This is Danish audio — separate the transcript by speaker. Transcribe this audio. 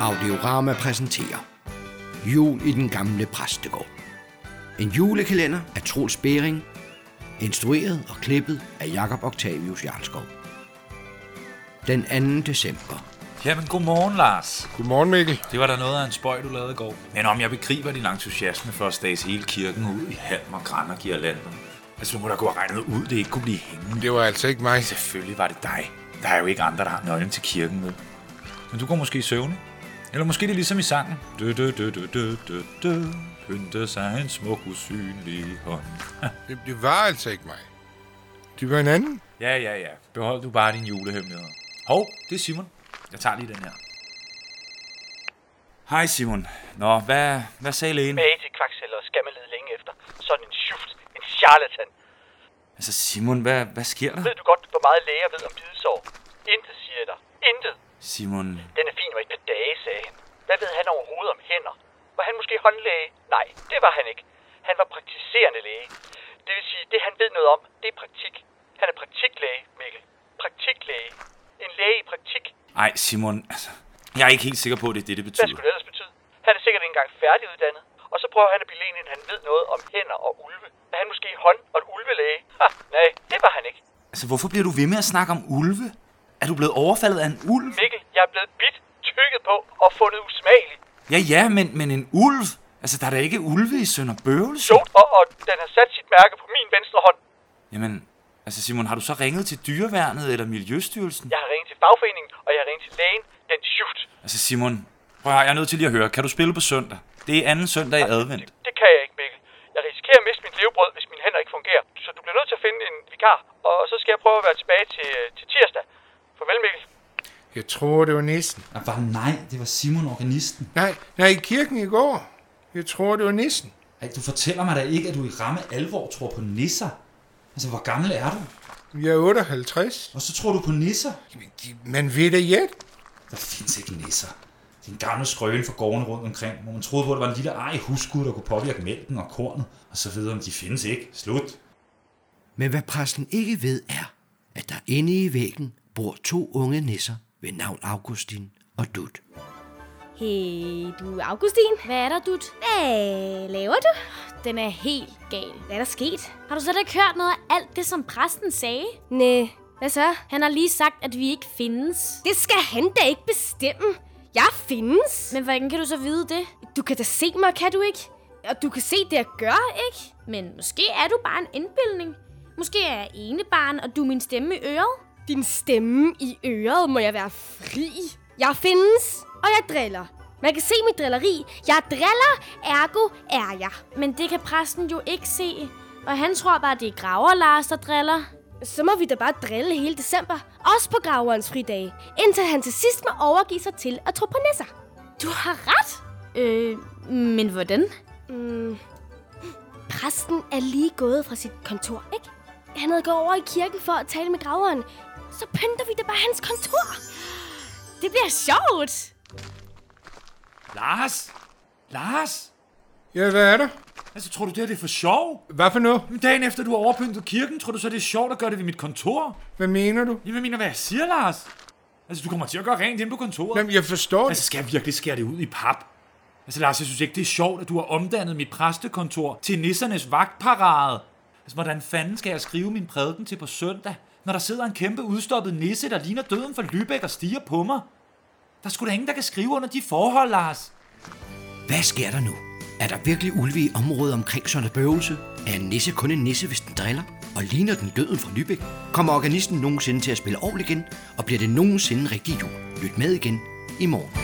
Speaker 1: Audiorama præsenterer Jul i den gamle præstegård. En julekalender af Troels Bering, instrueret og klippet af Jakob Octavius Jarlskov. Den 2. december.
Speaker 2: Jamen, godmorgen, Lars.
Speaker 3: Godmorgen, Mikkel.
Speaker 2: Det var da noget af en spøj, du lavede i går. Men om jeg begriber din entusiasme for at stase hele kirken ud i halm og græn og girlander. Altså, du må da kunne have regnet ud, det ikke kunne blive hængende.
Speaker 3: Det var altså ikke mig.
Speaker 2: Selvfølgelig var det dig. Der er jo ikke andre, der har nøglen til kirken med. Men du går måske i søvne. Eller måske det er ligesom i sangen. Dø, dø, dø, dø, dø, dø, dø. Pynte sig en smuk usynlig hånd.
Speaker 3: Det, det var altså ikke mig. Det var en anden.
Speaker 2: Ja, ja, ja. Behold du bare din julehemmelighed. Hov, det er Simon. Jeg tager lige den her. Hej Simon. Nå, hvad, hvad sagde lægen?
Speaker 4: tilbage til kvaksælger skal man lede længe efter. Sådan en sjuft, en charlatan.
Speaker 2: Altså Simon, hvad, hvad sker der?
Speaker 4: Ved du godt, hvor meget læger ved om bidsår? Intet, siger jeg dig. Intet.
Speaker 2: Simon,
Speaker 4: Den er fin og et par dage, sagde han. Hvad ved han overhovedet om hænder? Var han måske håndlæge? Nej, det var han ikke. Han var praktiserende læge. Det vil sige, det han ved noget om, det er praktik. Han er praktiklæge, Mikkel. Praktiklæge. En læge i praktik.
Speaker 2: ej Simon, altså, jeg er ikke helt sikker på, at det er det, det
Speaker 4: Hvad
Speaker 2: betyder.
Speaker 4: skulle det ellers betyde? Han er sikkert ikke engang færdiguddannet. Og så prøver han at blive en, han ved noget om hænder og ulve. Er han måske hånd- og en ulvelæge? Ha, nej, det var han ikke.
Speaker 2: Altså, hvorfor bliver du ved med at snakke om ulve? Er du blevet overfaldet af en ulv?
Speaker 4: Mikkel, jeg er blevet bidt, tykket på og fundet usmagelig.
Speaker 2: Ja, ja, men, men en ulv? Altså, der er da ikke ulve i Sønder Bøvelse?
Speaker 4: Jo, og, og den har sat sit mærke på min venstre hånd.
Speaker 2: Jamen, altså Simon, har du så ringet til dyreværnet eller Miljøstyrelsen?
Speaker 4: Jeg har ringet til fagforeningen, og jeg har ringet til lægen, den shoot.
Speaker 2: Altså Simon, prøv at høre, jeg er nødt til lige at høre. Kan du spille på søndag? Det er anden søndag i advent.
Speaker 4: Det kan jeg ikke, Mikkel. Jeg risikerer at miste mit levebrød, hvis mine hænder ikke fungerer. Så du bliver nødt til at finde en vikar, og så skal jeg prøve at være tilbage til, øh, til tirsdag. Farvel, Mikkel.
Speaker 3: Jeg tror, det var nissen.
Speaker 2: Var nej, det var Simon, organisten.
Speaker 3: Nej, nej, i kirken i går. Jeg tror, det var nissen.
Speaker 5: Ej, du fortæller mig da ikke, at du i ramme alvor tror på nisser. Altså, hvor gammel er du?
Speaker 3: Jeg er 58.
Speaker 5: Og så tror du på nisser?
Speaker 3: Man ved det jet.
Speaker 5: Der findes ikke nisser. Det er en gammel skrøne for gårdene rundt omkring, hvor man troede på, at der var en lille ej huskud, der kunne påvirke mælken og kornet, og så videre, om de findes ikke. Slut.
Speaker 1: Men hvad præsten ikke ved er, at der inde i væggen bor to unge nisser ved navn Augustin og Dut.
Speaker 6: Hey, du er Augustin. Hvad er der, dut? Hvad laver du? Den er helt gal. Hvad er der sket? Har du slet ikke hørt noget af alt det, som præsten sagde? Næ. Hvad så? Han har lige sagt, at vi ikke findes. Det skal han da ikke bestemme. Jeg findes. Men hvordan kan du så vide det? Du kan da se mig, kan du ikke? Og du kan se det, jeg gør, ikke? Men måske er du bare en indbildning. Måske er jeg ene barn, og du er min stemme i øret.
Speaker 7: Din stemme i øret må jeg være fri. Jeg findes, og jeg driller. Man kan se mit drilleri. Jeg driller, ergo er jeg.
Speaker 6: Men det kan præsten jo ikke se. Og han tror bare, det er graver, Lars, der driller.
Speaker 7: Så må vi da bare drille hele december. Også på graverens fridage. Indtil han til sidst må overgive sig til at tro på nisser.
Speaker 6: Du har ret. Øh, men hvordan?
Speaker 7: Mm. Præsten er lige gået fra sit kontor, ikke? Han havde gået over i kirken for at tale med graveren. Så pynter vi da bare hans kontor.
Speaker 6: Det bliver sjovt.
Speaker 2: Lars! Lars!
Speaker 3: Ja, hvad er der?
Speaker 2: Altså, tror du, det her det er for sjov?
Speaker 3: Hvad for noget?
Speaker 2: Men dagen efter, du har overpyntet kirken, tror du så, det er sjovt at gøre det ved mit kontor?
Speaker 3: Hvad mener du?
Speaker 2: Jamen, jeg mener, hvad jeg siger, Lars? Altså, du kommer til at gøre rent hjemme på kontoret.
Speaker 3: Jamen, jeg forstår
Speaker 2: Altså,
Speaker 3: det.
Speaker 2: skal jeg virkelig skære det ud i pap? Altså, Lars, jeg synes ikke, det er sjovt, at du har omdannet mit præstekontor til nissernes vagtparade. Altså, hvordan fanden skal jeg skrive min prædiken til på søndag, når der sidder en kæmpe udstoppet nisse, der ligner døden for Lübeck og stiger på mig? Der skulle da ingen, der kan skrive under de forhold, Lars.
Speaker 1: Hvad sker der nu? Er der virkelig ulve i området omkring Sønder Bøvelse? Er en nisse kun en nisse, hvis den driller? Og ligner den døden fra Lübeck? Kommer organisten nogensinde til at spille ovl igen? Og bliver det nogensinde rigtig jul? Lyt med igen i morgen.